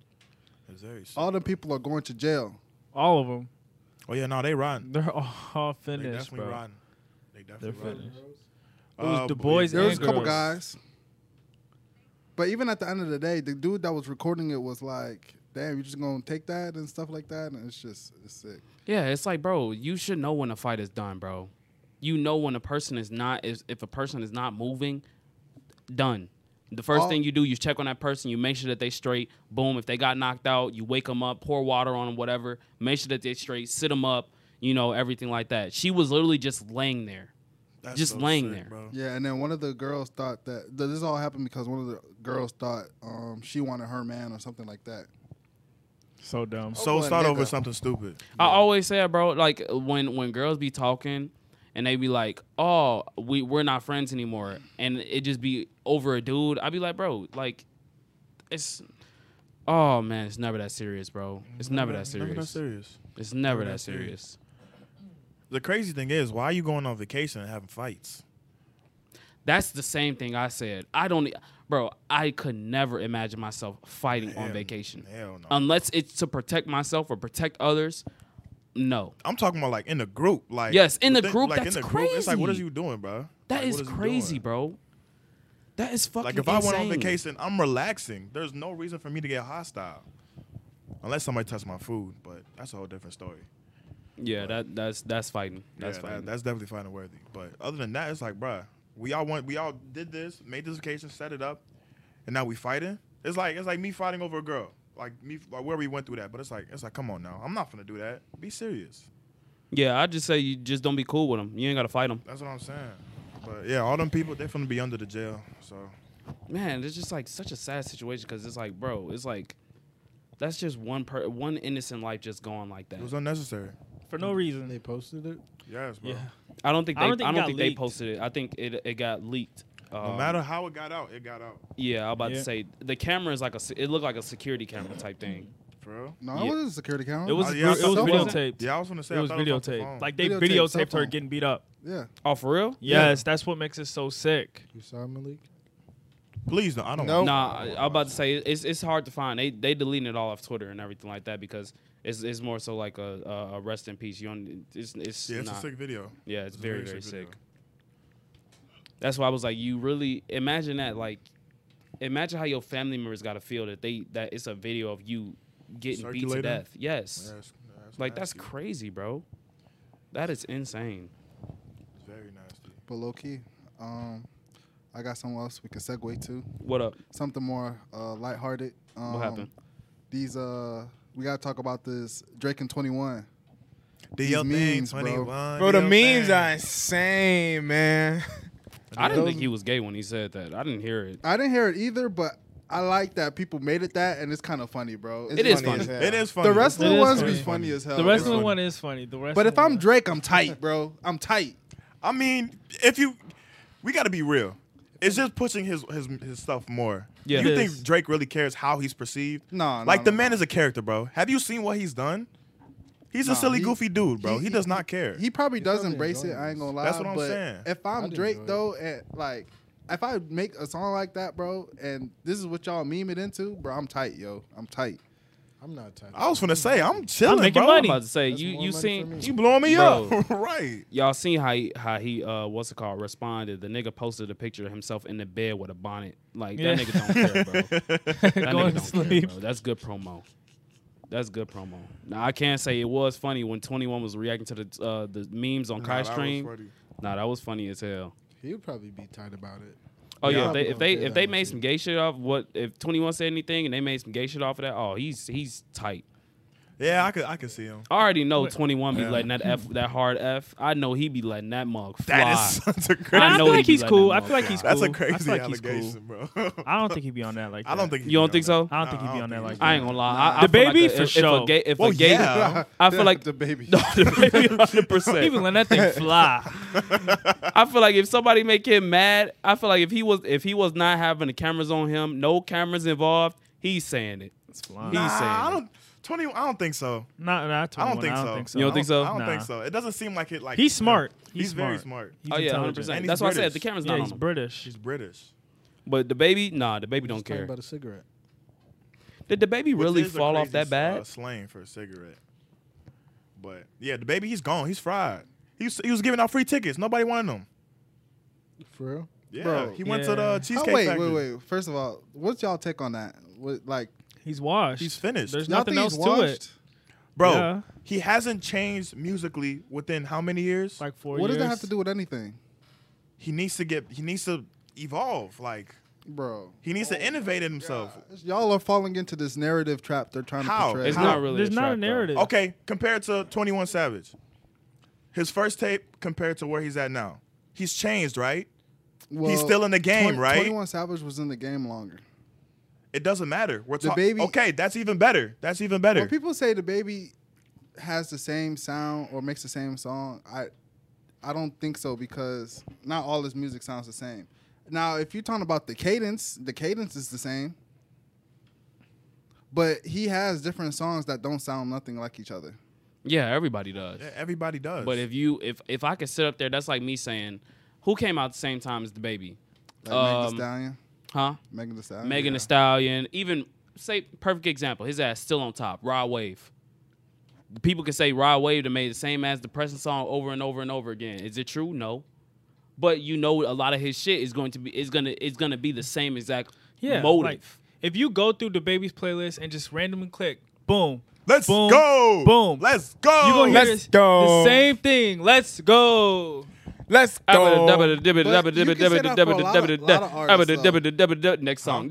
It's very sick.
All the people are going to jail.
All of them.
Oh yeah, no, they riding.
They're all, all
They
finished,
definitely
bro.
riding. They
They're
definitely riding.
finished. It was
Uh,
Du
but-
Bois
There was
and
a couple
girls.
guys, but even at the end of the day, the dude that was recording it was like, "Damn, you just gonna take that and stuff like that," and it's just it's sick.
Yeah, it's like, bro, you should know when a fight is done, bro. you know when a person is not is if a person is not moving, done. The first
All-
thing you do, you check on that person, you make sure that they straight. Boom, if they got knocked out, you wake them up, pour water on them, whatever. Make sure that they straight, sit them up, you know, everything like that. She was literally just laying there.
That's
Just laying there.
bro.
Yeah, and then one of the girls thought that th- this all happened because one of the girls thought um, she wanted her man or something like that.
So dumb.
So
boy,
start over
nigga.
something stupid.
I always say, that, bro, like when when girls be talking and they be like, "Oh, we we're not friends anymore," and it just be over a dude. I be like, bro, like it's. Oh man, it's never that serious, bro. It's never, that serious.
Never that serious.
It's never
Never
that
that serious.
serious.
The crazy thing is, why are you going on vacation and having fights?
That's the same thing I said. I don't, e, bro. I could never imagine myself fighting on
Hell-
vacation,
Hell no.
unless it's to protect myself or protect others. No,
I'm talking about like in the group, like
Yes, in the
within-
group,
Like
that's
in the group, it's like, what are
crazy.
you doing, bro?
that
Like,
is
what is you
crazy,
doing?
bro. That is fucking
Like if I
insane.
went on vacation, I'm relaxing. There's no reason for me to get hostile, unless somebody touched my food. But that's a whole different story.
Yeah, that that's that's fighting. That's
yeah, that-
fighting.
that's definitely fighting worthy. But other than that, it's like, bruh, we all went, we all did this, made this vacation, set it up, and now we fighting. It's like it's like me fighting over a girl. Like me, like where we went through that. But it's like it's like, come on now, I'm not gonna do that. Be serious.
yeah, I just say you just don't be cool with them. You ain't gotta fight them.
That's what I'm saying. But yeah, all them people they finna be under the jail. So
Man, it's just like such a sad situation because it's like, bro, it's like that's just one per one innocent life just gone like that.
it was unnecessary.
For no reason.
They posted it.
Yes, bro.
Yeah.
I don't think they.
I
I
don't
don't
think
think,
it got
they
leaked.
posted it. I think it it got leaked.
No
Um,
matter how it got out, it got out.
Yeah, I was about
Yeah.
to say the camera is like a. se- It looked like a security camera type thing.
For real.
No,
Yeah.
it wasn't a security camera.
It was
Oh,
it
yeah, I
was
thought
it was.
videotaped.
Yeah, I was gonna say
It
I
was
thought it was off the
videotaped.
phone.
Like they
Videotaped, cell
videotaped her
phone.
getting beat up.
yeah.
Oh, for real?
Yeah.
Yes, that's what makes it so sick.
You saw Malik.
please no, I don't.
No.
want-
Nah, I, I'm about to say it's it's hard to find. They they deleting it all off Twitter and everything like that because it's it's more so like a, a, a rest in peace. You don't. It's it's
Yeah, it's
not.
a sick video.
yeah, it's,
It's a
very very
video.
sick. That's why I was like, you really imagine that. Like, imagine how your family members gotta feel that they that it's a video of you getting beat to
Circulating?
death. Yes.
Yeah, it's- yeah, it's
Like that's
nasty.
crazy, bro. That is insane.
It's very nasty.
But low key, um, I got something else we can segue to.
What up?
Something more uh, lighthearted. Um,
happened?
These uh, we gotta talk about this Drake and Twenty One.
Do
These
your thing,
memes, bro.
21,
Bro,
do
the
your
memes
thing.
are insane, man.
I didn't
Those-
think he was gay when he said that. I didn't hear it.
I didn't hear it either, but I like that people made it that, and it's kind of funny, bro. It's
It is
funny.
funny.
as hell.
It is funny.
The wrestling
It is
ones be
funny.
funny as hell.
The
bro.
wrestling one is funny. The wrestling
But if I'm
one-
Drake, I'm tight, bro. I'm tight.
I mean, if you, we got to be real. It's just pushing his his his stuff more.
Yeah.
You
It
think
is.
Drake really cares how he's perceived?
No, no,
Like the
no,
man
no.
is a character, bro. Have you seen what he's done? He's a
Nah,
silly,
he-
goofy dude, bro. He,
he-
does not care.
He probably
He
does
probably
embrace it.
enjoys
I ain't gonna lie.
That's what I'm
but
saying.
If
I
I'm
do
Drake
enjoy it.
though, and like, if I make a song like that, bro, and this is what y'all meme it into, bro, I'm tight, yo. I'm tight.
I'm not tight.
I was gonna say I'm chilling,
making
bro.
I'm
money.
about to say
That's
you
more
you
money for
seen
me.
You blowing me
Bro.
up, right?
y'all seen how he, how he uh what's it called responded. The nigga posted a picture of himself in the bed with a bonnet. Like
Yeah.
that nigga don't care, bro. That nigga
going to
don't
sleep.
care, bro. That's good promo. That's good promo. Now I can't say it was funny when 21 was reacting to the uh, the memes on Kai stream. Nah, that was funny as hell.
He would probably be tight about it.
Oh
Yeah,
yeah,
I
if they if
probably
they if
don't care
they
that
made
much
some gay shit off what if Twenty One said anything and they made some gay shit off of that, oh he's he's tight.
Yeah, I could I could see him.
I already know Twenty One be
Yeah.
letting that f that hard f. I know he be letting that mug fly.
That is such a
And
crazy.
I,
I know
feel
he
like
be
he's
letting
cool.
them
I feel like
walk
he's cool.
That's a crazy
I feel like he's cool.
allegation, bro.
I don't think he'd be on that like that.
I don't think. he'd
you don't
be
think
on
so?
I
I,
don't think
Nah,
he'd be
I
on
don't think
that like
he's-
that.
ain't gonna lie. I, I
The
feel like
baby,
a-
for
if, If
sure.
a gay, if
Well,
a gay,
Oh, yeah.
I feel like
the baby.
no, the baby, 100%.
He was letting that thing fly.
I feel like if somebody make him mad, I feel like if he was if he was not having the cameras on him, no cameras involved, he's saying it.
It's flying.
He-
Nah,
he's saying
I
it.
don't. Twenty. I don't think so.
Not, not
I don't
21.
think so.
You don't think so?
I don't
Nah.
think so. It doesn't seem like it. Like
He's smart.
He's,
He's
very smart.
smart. He's
Oh yeah, hundred
intelligent.
percent.
And
That's
he's
why I said
British.
the camera's
Yeah,
not
he's
on him.
British.
He's British.
But the baby, nah, the baby
We're
don't
just talking
care.
About a cigarette.
Did the baby
Which
really
is a
fall off
crazy,
that bad?
Uh, slang for a cigarette. But yeah, the baby, he's gone. He's fried. He was, he was giving out free tickets. Nobody wanted them.
For real?
Yeah,
Bro.
he went
Yeah.
to the
Oh,
cheesecake
wait,
factory.
wait, wait. First of all, what's y'all take on that? What, like,
He's washed.
He's finished.
There's
y'all
nothing
think
else
he's
to it.
washed?
Bro,
Yeah.
he hasn't changed musically within how many years?
Like four
What
years.
does that have to do with anything,
he needs to get he needs to evolve. Like
bro?
he needs to innovate in himself.
Y'all are falling into this narrative trap they're trying
How?
to portray.
It's
How?
not really.
There's not a
trap, though.
narrative.
Okay, compared to 21 Savage. His first tape compared to where he's at now. He's changed, right?
Well,
He's still in the game, right?
Twenty One Savage was in the game longer.
It doesn't matter. We're
The
talking.
baby-
Okay, that's even better. That's even better.
When people say the baby has the same sound or makes the same song, I I don't think so because not all his music sounds the same. Now, if you're talking about the cadence, the cadence is the same. But he has different songs that don't sound nothing like each other.
Yeah, everybody does.
Yeah, Everybody does.
But if you if if I could sit up there, that's like me saying, who came out the same time as the baby?
Like Megan
Um,
Thee Stallion.
Huh?
Megan Thee Stallion.
Megan
yeah.
Thee Stallion, even say perfect example, his ass still on top, Raw Wave. People can say Raw Wave to made the same as the present song over and over and over again. Is it true? No. But you know a lot of his shit is going to be is gonna is gonna be the same exact
yeah,
motive.
like, if you go through the baby's playlist and just randomly click, boom.
let's
boom,
go. Oh,
Boom.
Let's go.
You gonna hear
Let's
this,
go.
the same thing. Let's go.
Let's go.
Next song.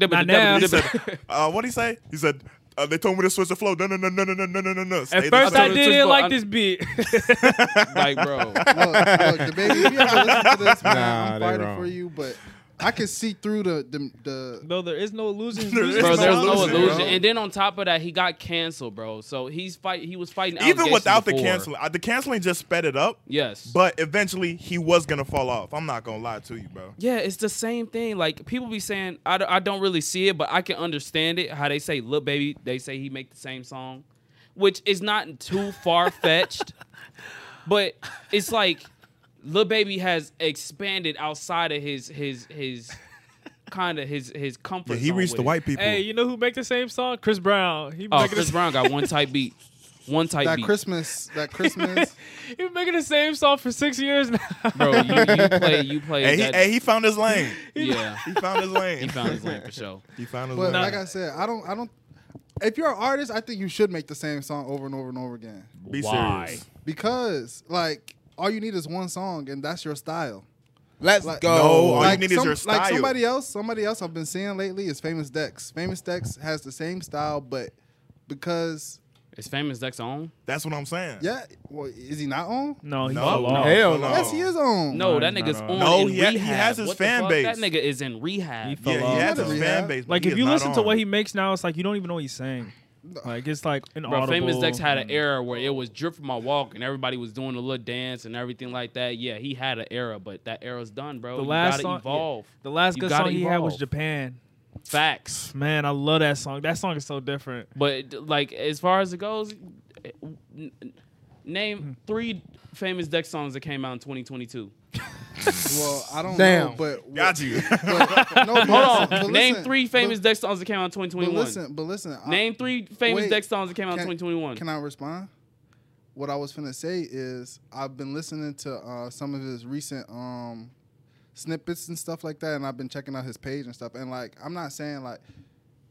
Uh, what he say? He said uh, they told me to switch the flow. No, no, no, no, no, no, no, no, no, no. Stay
At
the
first,
same.
I
told-
didn't
told-
like
I-
this beat.
Like, bro.
look, look, the baby. If you ever listen to this, man,
Nah,
I'm
they
fighting
wrong.
for you. But I can see through the the, the
no, there is no illusion.
There is
Bro,
It's
there's
no
no
illusion,
illusion.
bro.
And then on top of that, he got canceled, bro. So he's fight. He was fighting
Even
allegations
without the
before.
canceling, uh, the canceling just sped it up.
Yes,
But eventually, he was gonna fall off. I'm not gonna lie to you, bro.
yeah, it's the same thing. Like people be saying, I, d- I don't really see it, but I can understand it. How they say, "Look, baby," they say he make the same song, which is not too far fetched. but it's like Lil Baby has expanded outside of his his his kind of his his comfort.
Yeah, he
zone
reached
with
the
it.
white people.
Hey, you know who make the same song? Chris Brown. He
Oh,
making
Chris
the-
Brown got one tight beat, one tight
that
beat.
Christmas that Christmas.
he been making the same song for six years now.
Bro, you, you play, you play.
hey, he,
that,
hey, he found his lane.
yeah,
He found his lane.
he found his lane for sure.
He found his
But
lane.
like I said, I don't, I don't. If you're an artist, I think you should make the same song over and over and over again
Be
Why?
serious.
because like all you need is one song and that's your style.
Let's
Like-
go.
No, all you
like,
need is your
Like
style.
somebody else, somebody else I've been seeing lately is Famous Dex. Famous Dex has the same style, but because
Is Famous Dex on?
That's what I'm saying.
yeah, well, is he not on?
no, he's
No,
off.
Hell no.
Yes,
Oh.
he is on.
No,
No,
that
he's
nigga's
not
on.
on.
No,
in
he ha-
rehab.
he has his
What the
fan
fuck? That
base.
nigga is in rehab.
He
Yeah,
Hello.
he has his
Rehab.
fan base. but
Like
he
if
is
you
not
listen to
on.
what he makes now, it's like you don't even know what he's saying. Like it's like an
Bro, Famous
audible-
Dex had an era where it was drip from my walk and everybody was doing a little dance and everything like that. Yeah, he had an era, but that era's done, bro.
The
you
last
gotta
song,
evolve.
yeah. the last
You
good
gotta
song he had was
evolve.
Japan.
Facts.
Man, I love that song. That song is so different.
But like as far as it goes, n- n-
Hmm.
name three famous Dex songs that came out in 2022.
Well, I don't
Damn.
know, but
Got you.
But, no,
Hold on. name three famous Dex songs that came out in
But
2021.
listen, but listen. I-
Name three famous
Wait,
Dex songs that came out in 2021.
Can I respond? What I was finna say is I've been listening to uh, some of his recent um, snippets and stuff like that, and I've been checking out his page and stuff. And like, I'm not saying like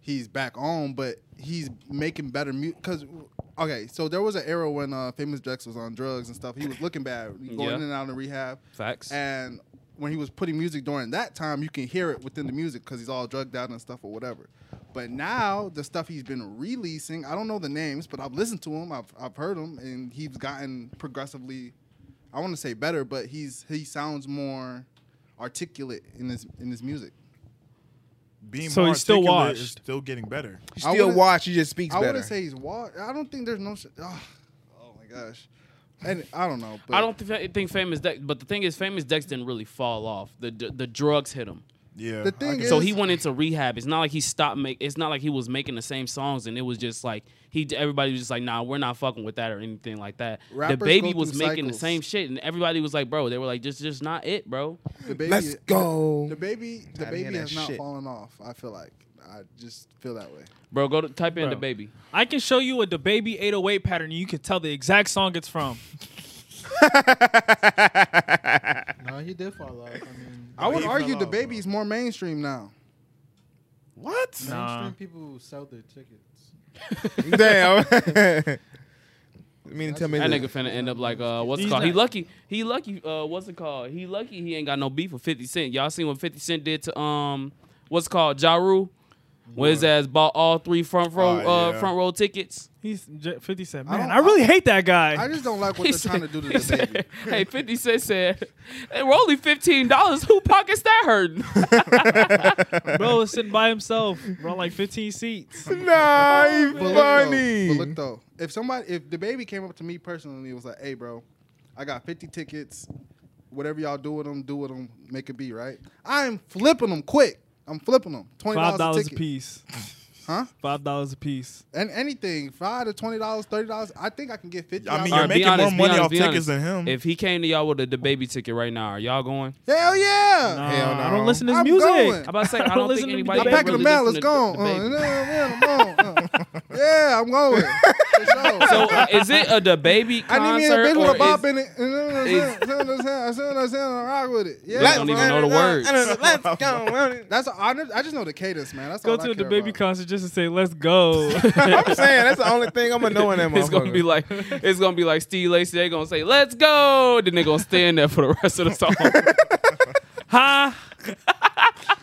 he's back on, but he's making better music. Cause okay, so there was an era when uh, Famous Dex was on drugs and stuff. He was looking bad, going
Yeah.
in and out of rehab.
Facts.
And when he was putting music during that time, you can hear it within the music because he's all drugged out and stuff or whatever. But now the stuff he's been releasing, I don't know the names, but I've listened to him, I've I've heard him, and he's gotten progressively, I want to say better, but he's he sounds more articulate in his in his music.
Being
So
more
he's still
articulate is
washed.
Still getting better.
He
I
still
wouldn't-
watch. He just speaks
I
better.
wouldn't say he's wa I don't think there's no. Sh- oh, oh my gosh, and I don't know. But
I don't th- think famous Dex, but the thing is, famous Dex didn't really fall off. The the, the drugs hit him,
Yeah.
The
I
thing
can-
is-
so he went into rehab. It's not like he stopped make. It's not like he was making the same songs, and it was just like he. Everybody was just like, "Nah, we're not fucking with that or anything like that."
Rappers
the
go
baby
through
was making the
cycles.
same shit, and everybody was like, "Bro," they were like, "Just just not it, bro."
the baby,
Let's go.
The baby, the
Outta here,
baby
that
has not
shit.
fallen off. I feel like I just feel that way.
Bro, go to, type in
Bro.
the baby.
I can show you a DaBaby 808 pattern, and you can tell the exact song it's from.
No, he did fall off. I mean,
I would
he
argue
fell
the
off,
baby is more mainstream now.
What?
Nah.
mainstream people sell their tickets.
Damn. I mean, tell me
That
this.
nigga finna end up like uh, what's it
He's
called? He
not-
lucky. He lucky. Uh, what's it called? He lucky. He ain't got no beef with Fifty Cent. Y'all seen what Fifty Cent did to um, what's it called Ja Rule? Where his ass bought all three front row
Oh,
uh,
yeah.
front row tickets.
He's J- 50 Cent.
I
Man,
don't-
I, really hate that guy.
I just don't like what
He
they're trying to
said-
do to
he
the baby.
said- Hey, Fifty Cent said, "They were only fifteen dollars. Who pockets that hurting?"
bro was sitting by himself, bro, like 15 seats.
Nah, he
But look,
funny.
Though, but look though, if somebody, if the baby came up to me personally, and was like, "Hey, bro, I got 50 tickets. Whatever y'all do with them, do with them. Make it be right. I'm flipping them quick. I'm flipping them. Twenty
Five
dollars a
dollars a
ticket,
piece.
huh?
Five dollars a piece.
And anything, five to twenty dollars, thirty dollars. I think I can get fifty.
I mean,
All right,
you're
be
making
honest, be
more money
honest,
off
be
tickets
honest.
than him.
if he came to y'all with a the baby ticket right now, are y'all going?
hell yeah.
Nah,
Hell no.
I don't listen to his
I'm
music.
going.
I'm about to say I don't
Listen
think
to me,
anybody.
I'm
Baby
packing the
really
mail.
listen
It's gone.
to the- the
Uh,
baby.
yeah, yeah, I'm on. Uh, yeah, I'm going. For sure.
So uh, is it a the baby concert?
I need me a bitch with
or
a bop
is-
in it. And then
is-
I'm saying, I'm saying, I'm saying, I rock with it. Yeah,
Black- don't even know the words.
Let's go.
That's I, know- I just know the cadence, man. That's
Go
all I
to the
care
baby
about.
concert just to say, let's go.
I'm saying that's the only thing I'm gonna know in that
It's gonna be like it's gonna be like Steve Lacy. They gonna say, "Let's go." Then they gonna stand there for the rest of the song.
ha!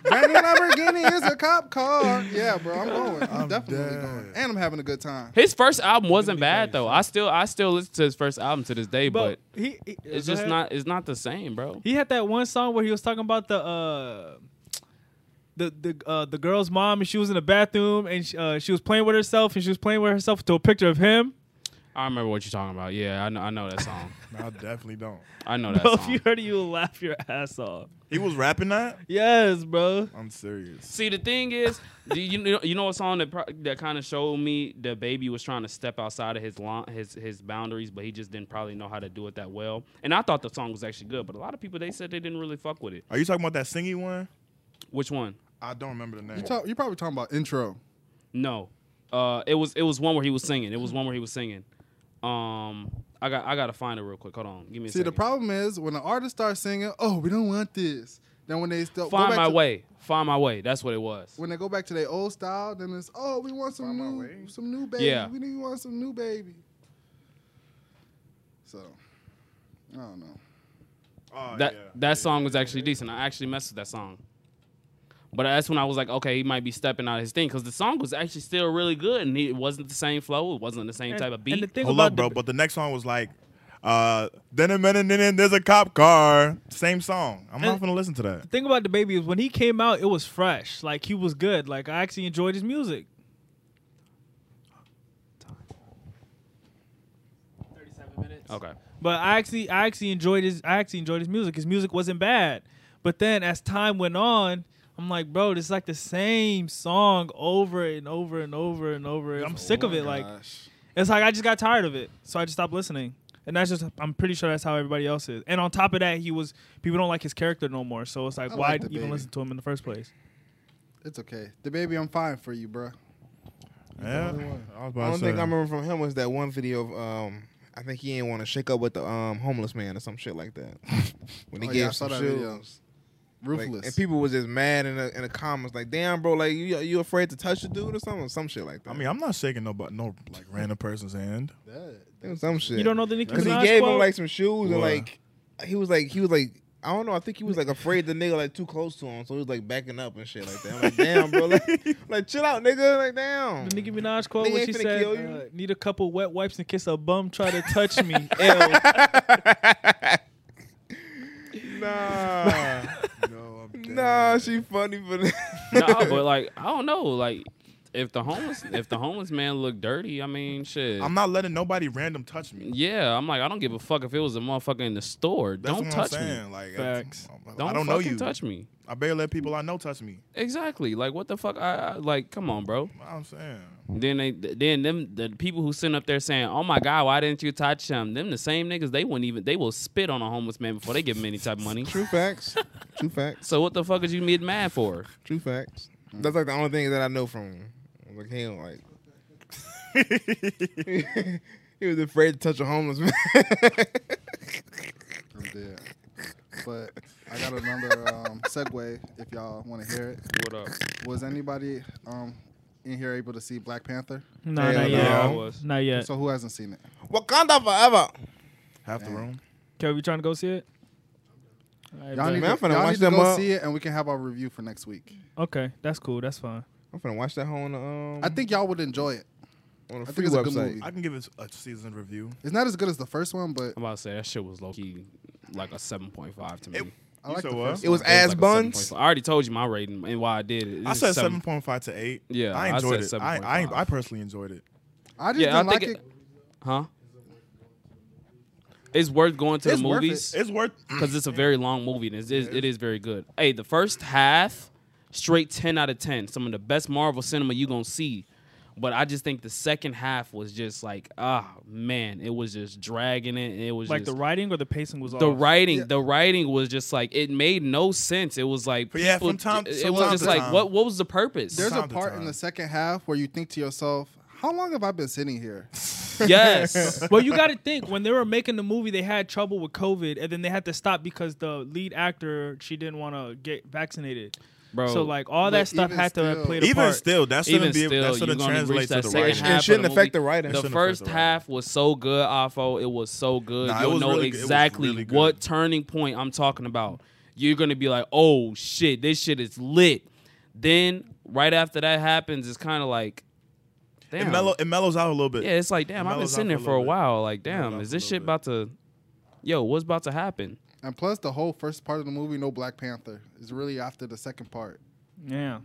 Brand new Lamborghini is a cop car. Yeah, bro, I'm going. I'm,
I'm
definitely
dead.
going, and I'm having a good time.
His first album wasn't bad though. I still I still listen to his first album to this day, but,
But he, he-
it's
go
just
ahead.
not it's not the same, bro.
He had that one song where he was talking about the uh, the the uh, the girl's mom, and she was in the bathroom, and she, uh, she was playing with herself, and she was playing with herself to a picture of him.
I remember what you're talking about. Yeah, I know I know that song.
I definitely don't.
I know that
Bro, if
song.
you heard it, you would laugh your ass off.
He was rapping that.
Yes, bro.
I'm serious.
See, the thing is, do you know, you know a song that pro- that kind of showed me the baby was trying to step outside of his lawn, his his boundaries, but he just didn't probably know how to do it that well. And I thought the song was actually good, but a lot of people they said they didn't really fuck with it.
Are you talking about that singing one?
Which one?
I don't remember the name.
You talk, you're probably talking about intro.
No. Uh, it was it was one where he was singing. It was one where he was singing. Um, I got I gotta find it real quick. Hold on, give me a
See,
second.
the problem is when an artist starts singing, "Oh, we don't want this." Then when they still
Find
go back
my
to,
way. Find my way. That's what it was.
when they go back to their old style, then it's, "Oh, we want some
Find my
new,
way.
some new baby.
Yeah.
We need want some new baby." So, I don't know.
Oh,
That
yeah.
that song was actually decent. I actually messed with that song. But that's when I was like, okay, he might be stepping out his thing because the song was actually still really good, and it wasn't the same flow. It wasn't the same type of beat.
And the thing
Hold
about
up, bro.
the,
But the next song was like, uh, then a minute, then then there's a cop car. Same song. I'm not
And-
gonna listen to that.
the thing about the baby is when he came out, it was fresh. Like he was good. Like I actually enjoyed his music. Thirty-seven minutes.
okay,
But I actually I actually enjoyed his I actually enjoyed his music. His music wasn't bad. But then as time went on, I'm like, bro, this is like the same song over and over and over and over. I'm sick of it. Like it's like I just got tired of it. So I just stopped listening. And that's just I'm pretty sure that's how everybody else is. And on top of that, he was people don't like his character no more. So it's like
I
why
like the
even
baby.
listen to him in the first place?
It's okay. The baby, I'm fine for you, bro.
Yeah. I was
I
about
don't
to say.
think I remember from him was that one video of um. I think he didn't want to shake up with the um homeless man or some shit like that. When he
Oh, yeah,
gave
I saw
some
that
shoes.
video.
Like,
Ruthless.
and people was just mad in the, in the comments, like, "Damn, bro, like you you afraid to touch the dude or something, some shit like that."
I mean, I'm not shaking no, but no, like random person's hand.
It was some shit.
You don't know the Nicki
because he
Minaj
gave
quote?
him like some shoes and
What?
like he was like he was like I don't know. I think he was like afraid the nigga like too close to him, so he was like backing up and shit like that. I'm like, damn, bro, like, like chill out, nigga, like damn.
the Nicki Minaj quote
Nigga
when
ain't
she
finna
said,
kill you.
uh, "Need a couple wet wipes and kiss a bum. Try to touch me." L.
nah,
No,
nah, she funny for that.
nah, but like I don't know, like if the homeless if the homeless man looked dirty, I mean, shit.
I'm not letting nobody random touch me.
yeah, I'm like I don't give a fuck if it was a motherfucker in the store.
That's
don't
what
touch
I'm
me.
saying. Like,
Facts.
I, I
Don't,
don't know
fucking
you.
touch me.
I barely let people I know touch me.
Exactly. Like what the fuck? I, I like. Come on, bro.
I'm saying.
Then they then them the people who sitting up there saying, "Oh my God, why didn't you touch him?" Them the same niggas. They wouldn't even. They will spit on a homeless man before they give him any type of money.
True facts. True facts.
So what the fuck is you mid mad for?
True facts. That's like the only thing that I know from him. I was like him, like he was afraid to touch a homeless man.
I'm dead. But I got another um, segue if y'all want to hear it.
What up?
Was anybody um, in here able to see Black Panther?
No,
Hell
not
no.
yet.
was.
Not yet.
So who hasn't seen it?
Wakanda forever.
Half the room.
Kev, you trying to go see it? All right,
Y'all
bet.
need,
Man, I'm
to,
finna
y'all
watch
need to
them
go
up.
see it, and we can have our review for next week.
okay, that's cool. That's fine.
I'm finna watch that whole on the um
Mm-hmm.
I think y'all would enjoy it.
on the
think
free
it's a good
website.
movie.
I can give it a season review.
It's not as good as the first one, but
I'm about to say that shit was low key like a 7.5 to me.
It-
It
I
You
like
said
the
what?
first
It was
one.
ass
like a
buns.
7.5. I already told you my rating and why I did it.
I
It's
said
seven-
seven point five to eight.
Yeah,
I
I
enjoyed
said
it. I, I
7.5.
I personally enjoyed it.
I just
Yeah, I
didn't
think
like
it,
it.
Huh? It's worth going to
It's
the
worth it.
movies
It's worth.
because it's a very long movie and it's, it's, it is very good. Hey, the first half, straight 10 out of 10. Some of the best Marvel cinema you going to see. But I just think the second half was just like, ah, man, it was just dragging it. and It was
Like the
just,
writing or the pacing was off.
the writing the writing was just like it made no sense it was like
But yeah,
people-
from time-
it
from
was
time
just
to
like
time.
what what was the purpose
There's a
Time to
part in
time.
the second half where you think to yourself, "How long have I been sitting here?"
yes
well, you got to think when they were making the movie, they had trouble with COVID, and then they had to stop because the lead actor she didn't want to get vaccinated.
bro
so like all
But
that stuff
even
had to
still-
play the
Even
part.
still, that
even
shouldn't be.
still
that
you're
shouldn't
gonna reach
translate to
that
the
second
writing.
It
half of
shouldn't
the
affect
movie.
the writing. It
the
shouldn't
first
affect the writing.
half was so good Afo. it was so good
Nah, it
you'll
was
know
really good. It was
exactly
really good.
what turning point i'm talking about you're gonna be like oh shit this shit is lit then right after that happens it's kind of like
It,
damn
mellow, it mellows out a little bit.
Yeah, it's like damn. I've been
mellows
sitting
off
there
a
for a
little bit.
while. Like damn, is
mellows off
this
a
shit
little
about to? Yo, what's about to happen?
And plus, the whole first part of the movie, no Black Panther, is really after the second part.
yeah.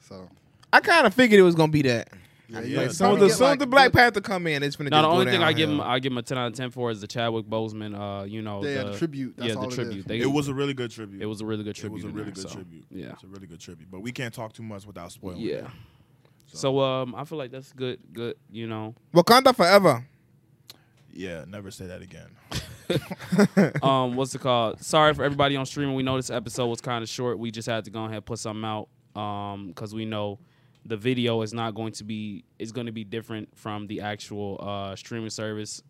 So
I kind of figured it was gonna be that.
yeah,
yeah.
you
Like
it's
soon
probably
as the,
get,
soon as
like,
the Black
good-
Panther come in, it's finna.
Now
just
the
go
only thing I give him,
downhill.
I give him a ten out of ten for is the Chadwick Boseman. Uh, you know,
Yeah, the tribute, that's
yeah,
all
the
it is.
tribute. They-
It was a really good tribute.
it was a really good
It was
tribute.
a
in
really
there,
good
so,
tribute.
Yeah,
It's a really good tribute. But we can't talk too much without spoiling. it.
yeah. So um, I feel like that's good. Good, you know.
Wakanda forever.
Yeah. Never say that again.
um, what's it called? Sorry for everybody on streaming. We know this episode was kind of short. We just had to go ahead and put something out because we know the video is not going to be is going to be different from the actual uh, streaming service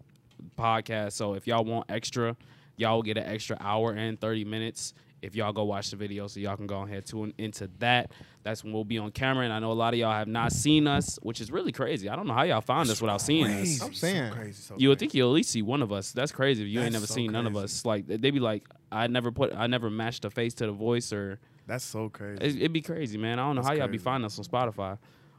podcast. So if y'all want extra, y'all will get an extra hour and thirty minutes if y'all go watch the video. So y'all can go ahead tune into that. That's when we'll be on camera. And I know a lot of y'all have not seen us, which is really crazy. I don't know how y'all found us without seeing us.
Crazy,
I'm saying.
So crazy, so
You would
crazy.
think you'll at least see one of us. That's crazy if you ain't
That's
never
so
seen none of
crazy.
us. Like they be like, I never put, I never matched the face to the voice, or
That's so crazy.
it, it'd be crazy, man. I don't know
That's
how y'all be
crazy.
finding us on Spotify,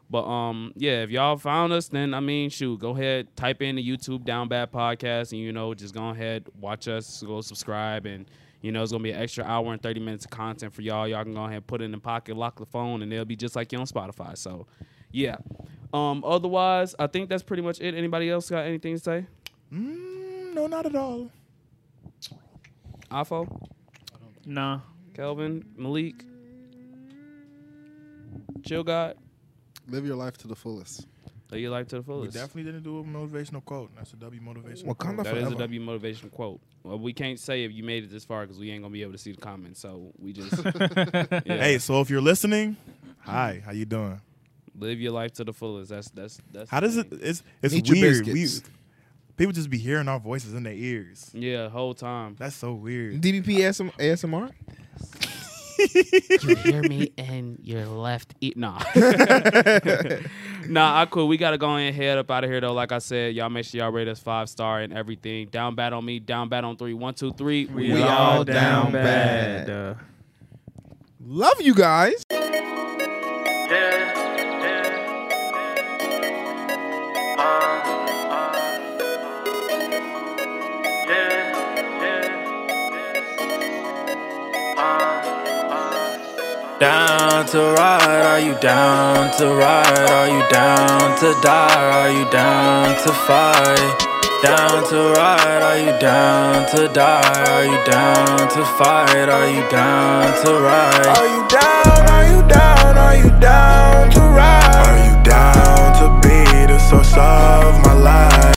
but um, yeah, if y'all found us, then I mean, shoot, go ahead, type in the YouTube Down Bad Podcast, and you know, just go ahead, watch us, go subscribe, and you know, it's gonna be an extra hour and thirty minutes of content for y'all. Y'all can go ahead, put it in the pocket, lock the phone, and it'll be just like you on Spotify. So, yeah. Um, otherwise, I think that's pretty much it. Anybody else got anything to say?
Mm, no, not at all.
Afo?
Nah.
Kelvin, Malik, Chill God,
Live your life to the fullest.
live your life to the
We
fullest.
definitely didn't do a motivational quote. That's a W motivational.
Wakanda
quote.
That is a
forever.
W motivation quote. Well, we can't say if you made it this far because we ain't gonna be able to see the comments. So we just Yeah.
Hey, so if you're listening, hi, how you doing?
live your life to the fullest. That's that's that's.
How
the
does it?
thing.
It's it's
Eat your
weird. We,
biscuits.
people just be hearing our voices in their ears.
Yeah, whole time.
That's so weird.
DBP ASM, ASMR.
you hear me and your left
E,
ear. Nah. nah, I could. We got to go ahead and head up out of here, though. Like I said, y'all make sure y'all rate us five star and everything. Down bad on me, down bad on three. One, two, three. We,
all down bad. Love you guys.
Down to ride, are you down to ride? Are you down to die? Are you down to fight? Down to ride, are you down to die? Are you down to fight? Are you down to ride? Are you down? Are you down? Are you down to ride? Are you down to be the source of my life?